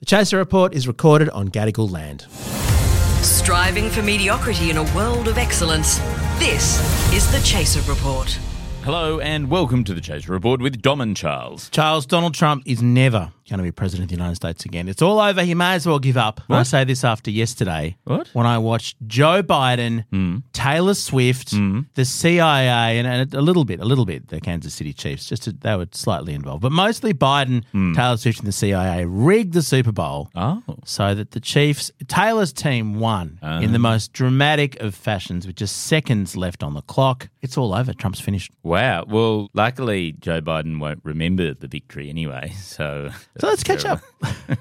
The Chaser Report is recorded on Gadigal land. Striving for mediocrity in a world of excellence. This is the Chaser Report. Hello and welcome to the Chaser Report with Dom and Charles. Charles, Donald Trump is never going to be president of the United States again. It's all over. He may as well give up. I say this after yesterday What? when I watched Joe Biden, Taylor Swift, the CIA, and, and a little bit, a little bit, the Kansas City Chiefs. Just to, they were slightly involved, but mostly Biden, Taylor Swift, and the CIA rigged the Super Bowl Oh, so that the Chiefs, Taylor's team won in the most dramatic of fashions with just seconds left on the clock. It's all over. Trump's finished. wow. Well, luckily Joe Biden won't remember the victory anyway. So, So let's catch up.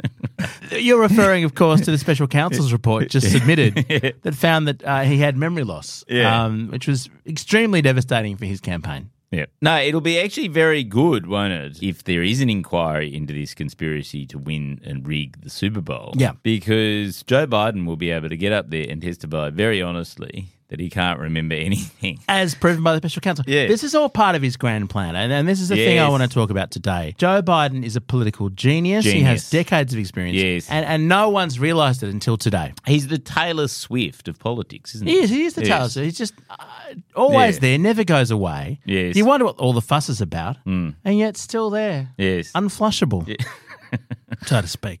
You're referring, of course, to the special counsel's report just submitted that found that uh, he had memory loss, Yeah. um, which was extremely devastating for his campaign. Yeah. No, it'll be actually very good, won't it, if there is an inquiry into this conspiracy to win and rig the Super Bowl. Yeah. Because Joe Biden will be able to get up there and testify very honestly that he can't remember anything. As proven by the special counsel. Yeah. This is all part of his grand plan. And, and this is the thing I Yes. want to talk about today. Joe Biden is a political genius. He has Genius. decades of experience. Yes. And, and no one's realized it until today. He's the Taylor Swift of politics, isn't he? He is. He is the Yes. Taylor. Swift. He's just uh, always Yeah. there, never goes away. Yes. You wonder what all the fuss is about, and yet still there. Mm, Yes. unflushable, so to speak.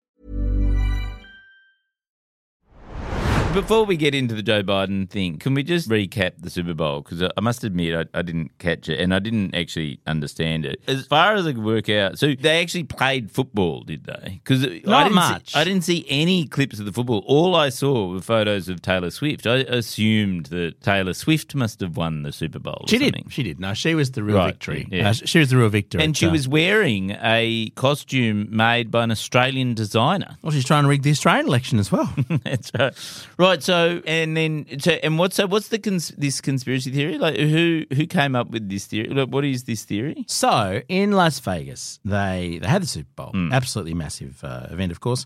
Before we get into the Joe Biden thing, can we just recap the Super Bowl? Because I must admit, I, I didn't catch it and I didn't actually understand it. As far as I could work out, so they actually played football, did they? Because Not much. I didn't see any clips of the football. All I saw were photos of Taylor Swift. I assumed that Taylor Swift must have won the Super Bowl. or She did. something. She did. No, she was the real Right, victory. yeah. Uh, she was the real victor. And It's, she uh, was wearing a costume made by an Australian designer. Well, she's trying to rig the Australian election as well. That's right. Right. So, and then, so, and what's so? What's the cons- this conspiracy theory? Like, who who came up with this theory? Like, what is this theory? so in Las Vegas, they they had the Super Bowl, absolutely massive uh, event, of course.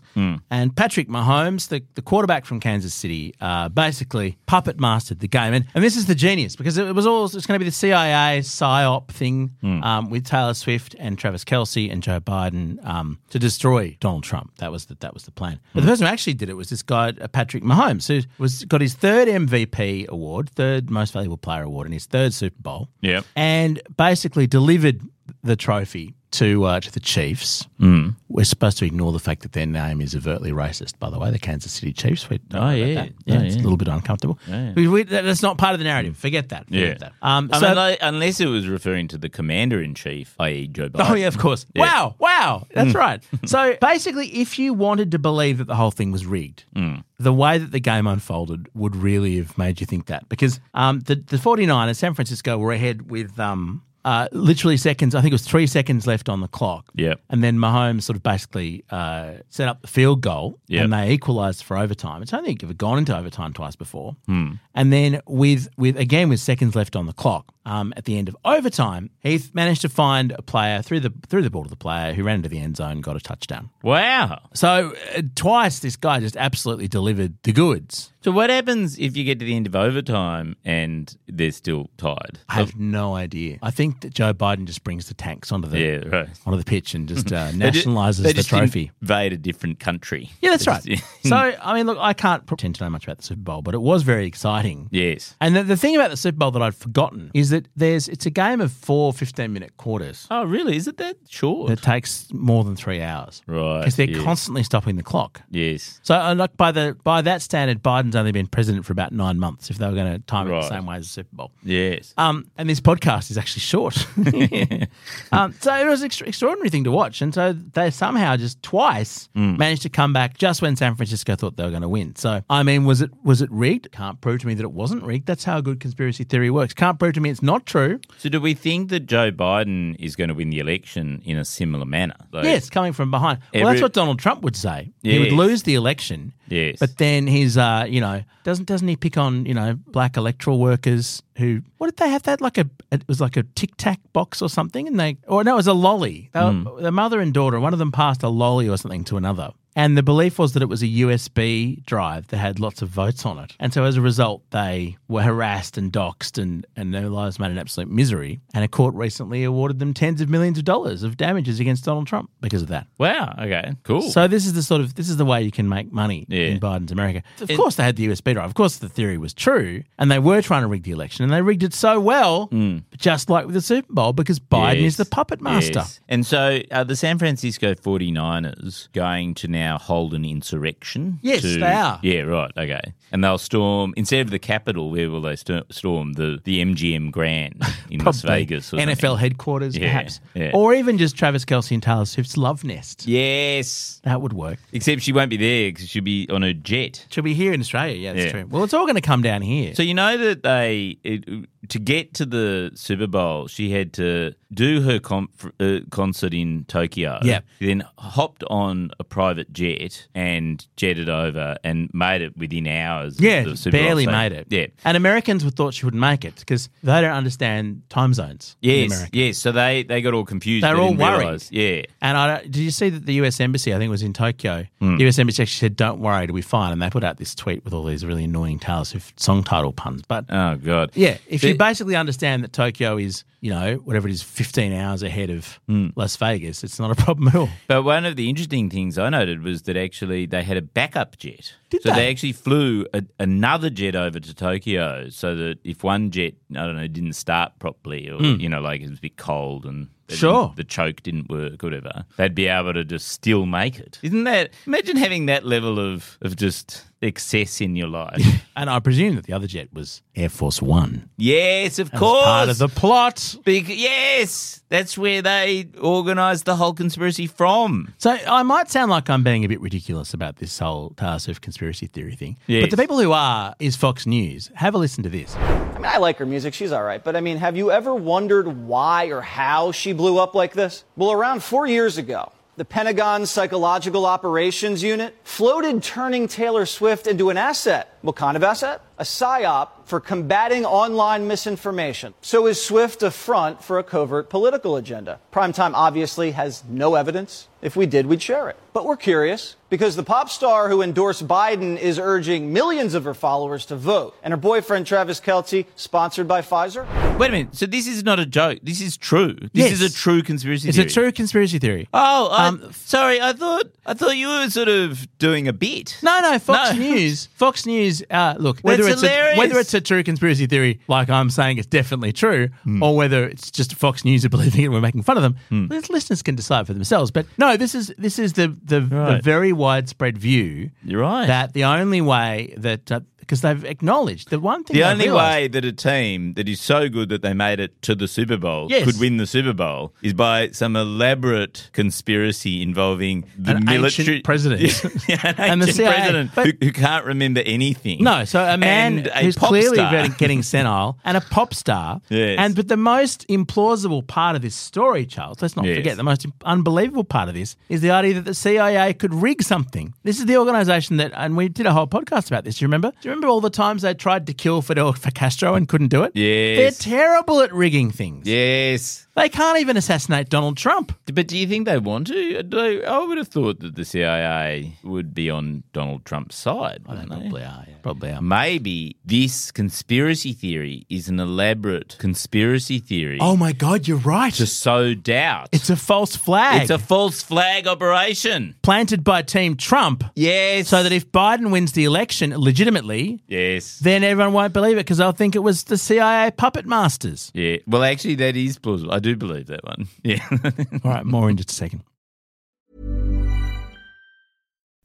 And Patrick Mahomes, the, the quarterback from Kansas City, uh, basically puppet mastered the game. And, and this is the genius because it, was all it's going to be the CIA psyop thing um, with Taylor Swift and Travis Kelsey and Joe Biden um, to destroy Donald Trump. That was the, that was the plan. But the person who actually did it was this guy uh, Patrick Mahomes, who was got his third MVP award, third most valuable player award, and his third Super Bowl Yep. and basically delivered the trophy to uh, to the Chiefs. Mm. We're supposed to ignore the fact that their name is overtly racist, by the way, the Kansas City Chiefs. We don't Oh, know about yeah. that. Yeah, it's a yeah. little bit uncomfortable. We, we, that- that's not part of the narrative. Forget that. Forget that. Um, I so- mean, like, unless it was referring to the commander in chief, i.e., Joe Biden. Oh, yeah, of course. Yeah. Mm. Wow, wow. That's right. So basically, if you wanted to believe that the whole thing was rigged, Mm. the way that the game unfolded would really have made you think that. Because um, the, the 49ers, San Francisco, were ahead with um, uh, literally seconds. I think it was three seconds left on the clock. Yep. And then Mahomes sort of basically uh, set up the field goal Yep. and they equalised for overtime. It's only ever gone into overtime twice before. Hmm. And then with with again with seconds left on the clock, um, at the end of overtime, Heath managed to find a player through the through the ball to the player who ran into the end zone, and got a touchdown. Wow. So uh, twice this guy just absolutely delivered the goods. So, what happens if you get to the end of overtime and they're still tied? I have no idea. I think that Joe Biden just brings the tanks onto the Yeah, right. onto the pitch and just uh, They ju- nationalises they the just trophy. Invade a different country. Yeah, that's They right. just- so, I mean, look, I can't pretend to know much about the Super Bowl, but it was very exciting. yes. And the, the thing about the Super Bowl that I'd forgotten is that there's it's a game of four 15 minute quarters Oh, really? Is it that short? that takes more than three hours. Oh. Right, Because they're yes. constantly stopping the clock. yes. So, uh, like by the by that standard, Biden's only been president for about nine months. If they were going to time it Right. the same way as the Super Bowl, Yes. um, and this podcast is actually short. um, so it was an extra- extraordinary thing to watch. And so they somehow just twice Mm. managed to come back just when San Francisco thought they were going to win. So, I mean, was it was it rigged? Can't prove to me that it wasn't rigged. That's how a good conspiracy theory works. Can't prove to me it's not true. So, do we think that Joe Biden is going to win the election in a similar manner? Like, Yes, coming from behind. well, Every- that's what Donald Trump would say. He would Yes. lose the election. Yes. But then he's, uh, you know, doesn't doesn't he pick on you know black electoral workers who? What did they have that like a? It was like a tic tac box or something, and they or no, it was a lolly. They were- The mother and daughter, one of them passed a lolly or something to another. And the belief was that it was a USB drive that had lots of votes on it. And so as a result, they were harassed and doxxed and, and their lives made an absolute misery. And a court recently awarded them tens of millions of dollars of damages against Donald Trump because of that. Wow. Okay. Cool. So this is the sort of this is the way you can make money Yeah. in Biden's America. Of course, they had the USB drive. Of course, the theory was true, and they were trying to rig the election, and they rigged it so well, just like with the Super Bowl, because Biden Mm. Yes. is the puppet master. Yes. And so are the San Francisco 49ers going to now hold an insurrection? Yes, to- they are. Yeah, right. Okay. And they'll storm, instead of the Capitol, where will they sto- storm? The, the MGM Grand in Las Probably Vegas. Or NFL something. headquarters, Yeah, perhaps, yeah. or even just Travis Kelsey and Taylor Swift's love nest. Yes. That would work. Except she won't be there because she'll be on a jet. Should be here in Australia. Yeah, that's Yeah. true. Well, it's all going to come down here. So you know that they it, to get to the Super Bowl, she had to do her conf- uh, concert in Tokyo. Yep. She Then hopped on a private jet and jetted over and made it within hours. of yeah, the just Super Bowl. barely So- made it. Yeah. and Americans would thought she wouldn't make it because they don't understand time zones. in Yes, America. yes. So they, they got all confused. They're They all didn't worried. realise. Yeah. And I don't, did you see that the US embassy? I think it was in Tokyo. Hmm. The US embassy actually said, "Don't worry, it'll be fine." And they put out this tweet with all these really annoying Taylor Swift song title puns. But Oh god. yeah, if The- you basically understand that Tokyo is, you know, whatever it is, fifteen hours ahead of Hmm. Las Vegas, it's not a problem at all. But one of the interesting things I noted was that actually they had a backup jet. Did so they? they? actually flew a, another jet over to Tokyo so that if one jet, I don't know, didn't start properly or, you know, like it was a bit cold and it didn't- Sure. the choke didn't work or whatever, they'd be able to just still make it. Isn't that, imagine having that level of, of just excess in your life. And I presume that the other jet was Air Force One. yes, of That was course. part of the plot. Bec- yes, that's where they organised the whole conspiracy from. So I might sound like I'm being a bit ridiculous about this whole Taylor Swift conspiracy theory thing. Yes. But the people who are is Fox News. Have a listen to this. I mean, I like her music. She's all right. But I mean, have you ever wondered why or how she blew up like this? Well, around four years ago, the Pentagon's Psychological Operations Unit floated turning Taylor Swift into an asset. What kind of asset? A psyop for combating online misinformation. So is Swift a front for a covert political agenda? Primetime obviously has no evidence. If we did, we'd share it. But we're curious because the pop star who endorsed Biden is urging millions of her followers to vote, and her boyfriend Travis Kelce, sponsored by Pfizer. Wait a minute. So this is not a joke. This is true. This Yes. is a true conspiracy It's theory. a true conspiracy theory. Oh, I, Um, sorry. I thought I thought you were sort of doing a bit. No, no, Fox No. News. Fox News. Uh, look, whether That's it's a, hilarious. whether it's a true conspiracy theory, like I'm saying, it's definitely true, Hmm. or whether it's just Fox News are believing it and we're making fun of them. lis- Listeners can decide for themselves. But no, this is this is the the, the Right. very widespread view. You're right. That the only way that because they've acknowledged the one thing The they only realised- way that a team that is so good that they made it to the Super Bowl Yes. could win the Super Bowl is by some elaborate conspiracy involving the An military ancient president. Yeah, an And the ancient CIA. president But- who, who can't remember anything. No, so a man And a who's pop clearly star. getting, getting senile and a pop star. Yes. And but the most implausible part of this story, Charles, let's not Yes. forget the most im- unbelievable part of this is the idea that the CIA could rig something. This is the organization that and we did a whole podcast about this, do you remember? Do you remember all the times they tried to kill Fidel Castro and couldn't do it? Yes. They're terrible at rigging things. Yes. They can't even assassinate Donald Trump. But do you think they want to? Do they- I would have thought that the CIA would be on Donald Trump's side. wouldn't they? Probably are, yeah. Probably are. Maybe this conspiracy theory is an elaborate conspiracy theory Oh my god, you're right. to sow doubt. it's a false flag. It's a false flag operation. planted by Team Trump. Yes. So that if Biden wins the election legitimately, Yes. then everyone won't believe it because they'll think it was the CIA puppet masters. yeah. Well, actually, that is plausible. I do believe that one. Yeah. All right, more in just a second.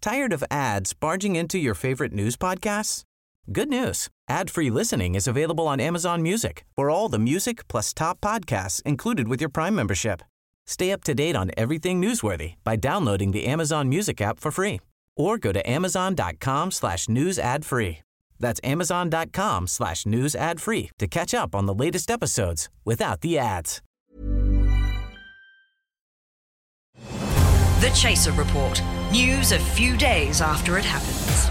Tired of ads barging into your favorite news podcasts? Good news. Ad-free listening is available on Amazon Music for all the music plus top podcasts included with your Prime membership. Stay up to date on everything newsworthy by downloading the Amazon Music app for free or go to amazon.com slash news ad free. That's amazon.com slash news ad free to catch up on the latest episodes without the ads. The Chaser Report. News a few days after it happens.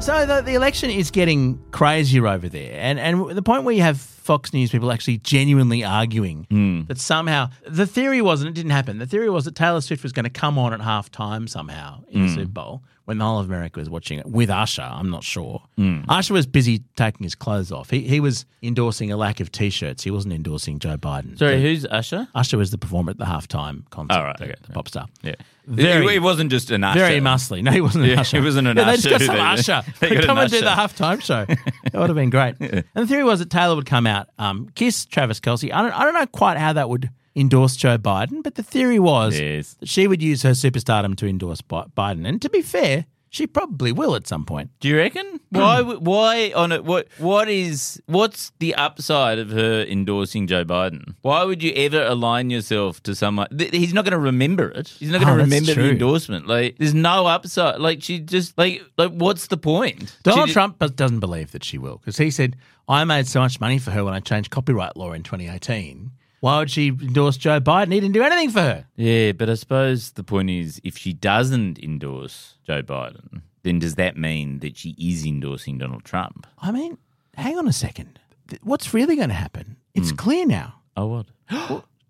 So the, the election is getting crazier over there, and and the point where you have Fox News people actually genuinely arguing that somehow the theory wasn't it didn't happen. The theory was that Taylor Swift was going to come on at halftime somehow in the Super Bowl when the whole of America was watching it with Usher. I'm not sure. Usher was busy taking his clothes off. He he was endorsing a lack of t-shirts. He wasn't endorsing Joe Biden. Sorry, who's Usher? Usher was the performer at the halftime concert. Oh, right, the- okay. the pop star. Yeah. Very- it, it wasn't just an Usher. Very muscly. No, he wasn't an Yeah, usher. he wasn't an yeah, They just got usher, some they- usher. they got come an and do the usher. halftime show. that would have been great. And the theory was that Taylor would come out, um, kiss Travis Kelsey. I don't, I don't know quite how that would endorse Joe Biden, but the theory was Yes. that she would use her superstardom to endorse Bi- Biden. And to be fair, she probably will at some point. Do you reckon? Why? w- Why on it? What? What is? What's the upside of her endorsing Joe Biden? Why would you ever align yourself to someone? Th- he's not going to remember it. He's not going Oh, that's to remember true. the endorsement. Like, there's no upside. Like, she just like like what's the point? Donald She- Trump but doesn't believe that she will because he said, I made so much money for her when I changed copyright law in 2018. Why would she endorse Joe Biden? He didn't do anything for her. Yeah, but I suppose the point is, if she doesn't endorse Joe Biden, then does that mean that she is endorsing Donald Trump? I mean, hang on a second. Th- What's really going to happen? It's clear now. Oh, what?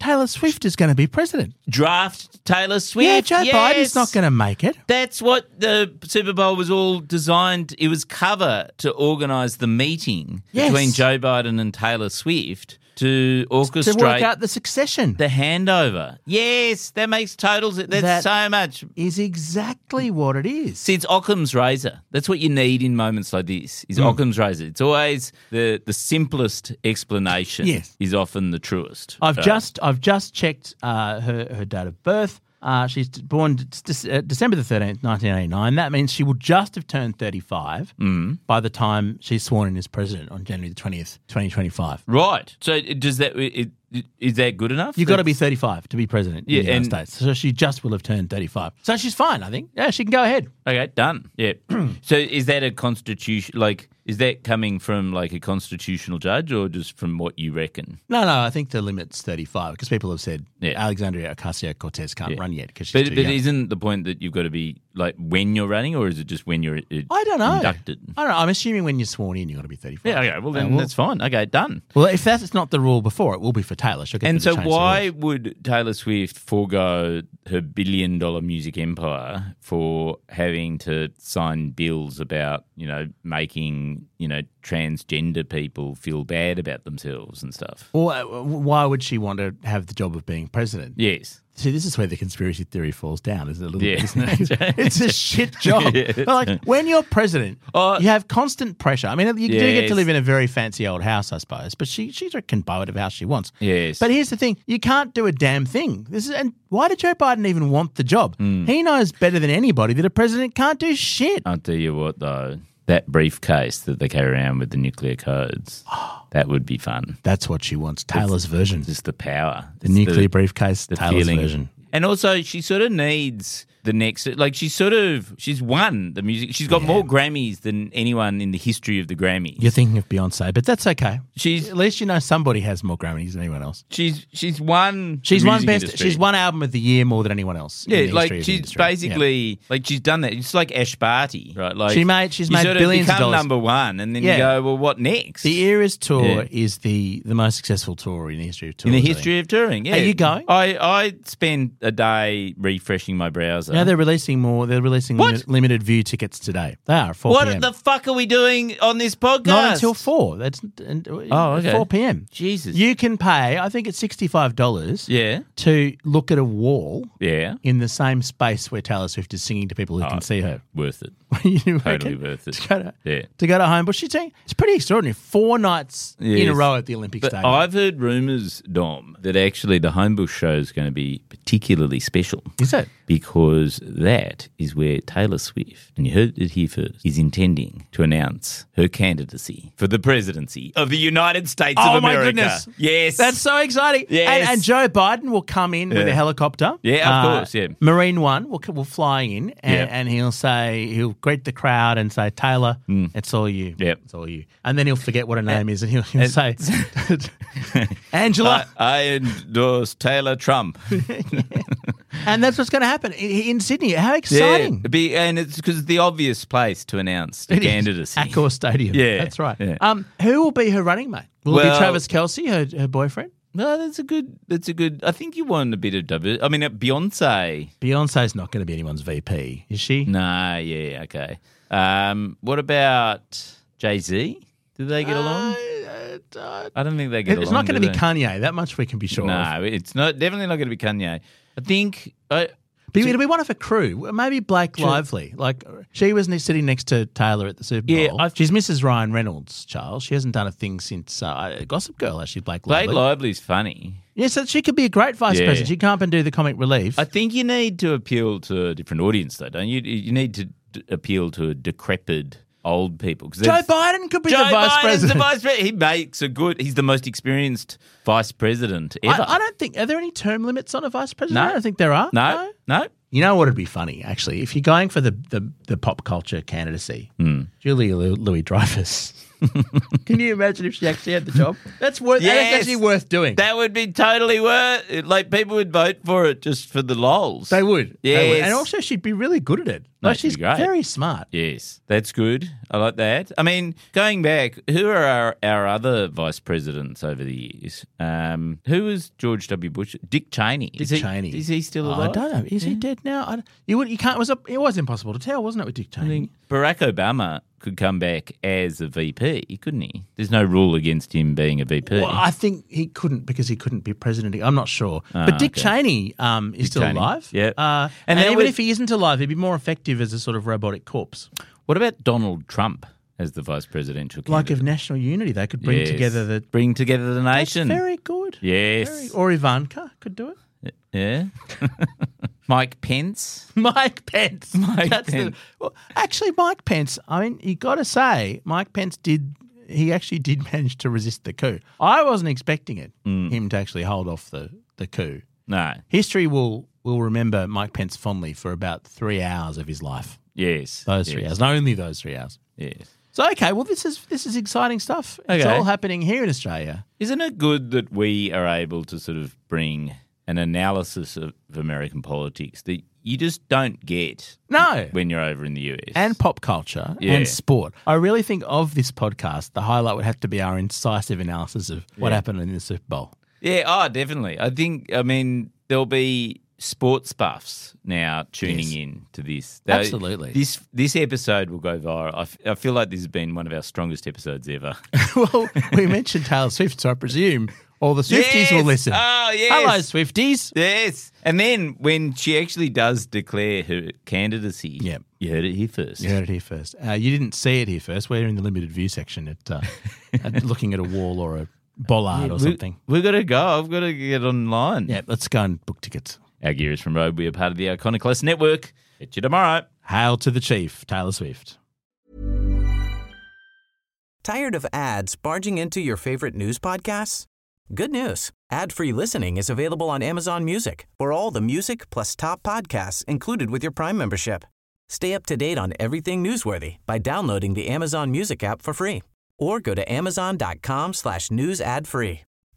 Taylor Swift is going to be president. Draft Taylor Swift. yeah, Joe yes! Biden's not going to make it. That's what the Super Bowl was all designed. It was cover to organise the meeting Yes. between Joe Biden and Taylor Swift to To orchestrate work out the succession the handover. Yes, that makes total. se- That- That's so much. is exactly what it is. See, it's Occam's razor. That's what you need in moments like Mm. this. Is Occam's razor. It's always the the simplest explanation. Yes. is often the truest. I've Uh, just I've just checked uh, her her date of birth. Uh, she's d- born d- s- uh, December the thirteenth, nineteen eighty nine. That means she will just have turned thirty five Mm. by the time she's sworn in as president on January the twentieth, twenty twenty five. right. So it- does that it, it- is that good enough? You've got to That's- be 35 to be president Yeah, in the United and- States. So she just will have turned 35. So she's fine, I think. Yeah, she can go ahead. Okay, done. Yeah. so is that a constitution? Like, is that coming from like a constitutional judge or just from what you reckon? No, no, I think the limit's 35 because people have said Yeah. Alexandria Ocasio Cortez can't Yeah. run yet because she's But too but young. isn't the point that you've got to be like when you're running, or is it just when you're uh, I don't know. inducted? I don't know. I'm assuming when you're sworn in, you've got to be 35. Yeah. Okay. Well, then Uh, well, that's fine. Okay, done. well, if that's not the rule before, it will be for Taylor. She'll get them And to so, change the why rules. would Taylor Swift forego her billion dollar music empire for having to sign bills about, you know, making, you know, transgender people feel bad about themselves and stuff? Or uh, why would she want to have the job of being president? Yes. See, this is where the conspiracy theory falls down, isn't it? A little Yeah. bit, isn't it? it's a shit job. Yeah, it's- like when you're president, Uh, you have constant pressure. I mean, you do get Yes. to live in a very fancy old house, I suppose, but she she can buy it how she wants. Yes. But here's the thing: you can't do a damn thing. This is and why did Joe Biden even want the job? Hmm. He knows better than anybody that a president can't do shit. I'll tell you what, though, that briefcase that they carry around with the nuclear codes, that would be fun. That's what she wants. Taylor's version, the Just the power, It's nuclear briefcase. Taylor's version. And also, she sort of needs the next. Like, she's sort of she's won the music. She's got more Grammys than anyone in the history of the Grammys. You're thinking of Beyonce, but that's okay. She's At least you know somebody has more Grammys than anyone else. she's she's won. She's the won music best. industry. She's won album of the year more than anyone else. in the Yeah, history of like the she's industry. Yeah. basically like she's done that. It's like Ash Barty, right? Like She made- she's you made sort billions of become dollars. number one, and then Yeah. you go, well, what next? the Eras tour Yeah. is the the most successful tour in the history of In tours. the I think. history of touring, yeah. Are you going? I, I spend a day refreshing my browser. Now they're releasing more. They're releasing What? limit- limited view tickets today. They are at four. what PM. the fuck are we doing on this podcast? Not until four. That's and, uh, Oh, okay. four p.m. Jesus. You can pay. I think it's sixty five dollars. yeah. To look at a wall Yeah. Oh, in the same space where Taylor Swift is singing to people who can see her. Worth it. You Totally reckon? worth it. To go to, Yeah. to go to Homebush, you think it's pretty extraordinary. Four nights in a Yes. row at the Olympic But Stadium. I've heard rumours, Dom, that actually the Homebush show is going to be particularly special. Is it? Because that is where Taylor Swift, and you heard it here first, is intending to announce her candidacy for the presidency of the United States Oh of my America. goodness. Yes. That's so exciting. Yes. And, and Joe Biden will come in with Yeah. a helicopter. Uh, Yeah, of course, yeah. Marine One will, will fly in and, Yeah. and he'll say, he'll greet the crowd and say, Taylor, Mm. it's all you. Yep. It's all you. And then he'll forget what her name is and he'll, he'll say, I, Angela. I endorse Taylor Trump. and that's what's going to happen in, in Sydney. How exciting. Yeah, be, and it's because the obvious place to announce the It is. candidacy. Accor Stadium. Yeah, That's right. yeah. Um, who will be her running mate? Will it be Well- Travis Kelsey, her, her boyfriend? No, that's a good. That's a good. I think you want a bit of diversity. I mean, uh, Beyonce. Beyonce's not going to be anyone's VP, is she? Nah, yeah, okay. Um, what about Jay Z? Do they get along? I- I- I- I don't think they Uh, get Uh, It's along. not going to do be they? Kanye. That much we can be sure of. No, it's not. Definitely not going to be Kanye. I think. I, But it'll be one of her crew. Maybe Blake Lively. Like she was ne- sitting next to Taylor at the Super Bowl. Yeah, I've- She's Mrs. Ryan Reynolds, Charles. She hasn't done a thing since uh, Gossip Girl. Actually, Blake Lively. Blake Lively's funny. yeah, so she could be a great vice Yeah. president. She can't and do the comic relief. I think you need to appeal to a different audience, though, don't you? You need to d- appeal to a decrepit old people. 'cause Joe they've- Biden could be Joe the vice Biden's president. the vice president. He makes a good. He's the most experienced vice president ever. I, I don't think. Are there any term limits on a vice president? No. I don't think there are. No, no. You know what would be funny, actually, if you're going for the the, the pop culture candidacy, Hmm. Julia Louis Dreyfus. Can you imagine if she actually had the job? That's worth. Yes. That's actually worth doing. That would be totally worth. It. Like people would vote for it just for the lols. they would. They would. Yes. And also, she'd be really good at it. No, Like, she'd be she's great. very smart. Yes, that's good. I like that. I mean, going back, who are our, our other vice presidents over the years? Um, who was George W. Bush? Dick Cheney. Dick is he, Cheney. Is he still Oh, alive? I don't know. Is he dead now? I, don't- you would. You can't. It was, it was impossible to tell, wasn't it, with Dick Cheney? Barack Obama could come back as a VP, couldn't he? There's no rule against him being a VP. Well, I think he couldn't because he couldn't be president. I'm not sure. but Dick Cheney um, is still Ah, Cheney, alive. yeah. Uh, and And that even would- if he isn't alive, he'd be more effective as a sort of robotic corpse. what about Donald Trump as the vice presidential Like candidate? of national unity, they could bring Yes. together the. bring together the That's nation. very good. Yes. Very- or Ivanka could do it. Yeah. Mike Pence. Mike Pence. Mike That's the- Pence. well, actually, Mike Pence. I mean, you got to say, Mike Pence did. He actually did manage to resist the coup. I wasn't expecting it. Mm. Him to actually hold off the the coup. No. History will will remember Mike Pence fondly for about three hours of his life. Yes. Those yes. three hours, and only those three hours. Yes. So okay, well this is this is exciting stuff. It's Okay. all happening here in Australia. Isn't it good that we are able to sort of bring an analysis of American politics that you just don't get No. when you're over in the US? and pop culture Yeah. and sport. I really think of this podcast, the highlight would have to be our incisive analysis of what happened in the Super Bowl. yeah, oh, definitely. I think, I mean, there'll be sports buffs now tuning Yes. in to this. Absolutely. This this episode will go viral. I, f- I feel like this has been one of our strongest episodes ever. well, we mentioned Taylor Swift, so I presume all the Swifties Yes. will listen. Oh, yes. Hello, Swifties. Yes. And then when she actually does declare her candidacy, Yep. you heard it here first. You heard it here first. Uh, you didn't see it here first. We're in the limited view section at, uh, at looking at a wall or a bollard or we, something. We've got to go. I've got to get online. Yeah, let's go and book tickets. Our gear is from Road. We are part of the Iconoclast Network. Catch you tomorrow. Hail to the chief, Taylor Swift. Tired of ads barging into your favorite news podcasts? Good news. Ad-free listening is available on Amazon Music. For all the music plus top podcasts included with your Prime membership. Stay up to date on everything newsworthy by downloading the Amazon Music app for free or go to amazon.com slash news ad free.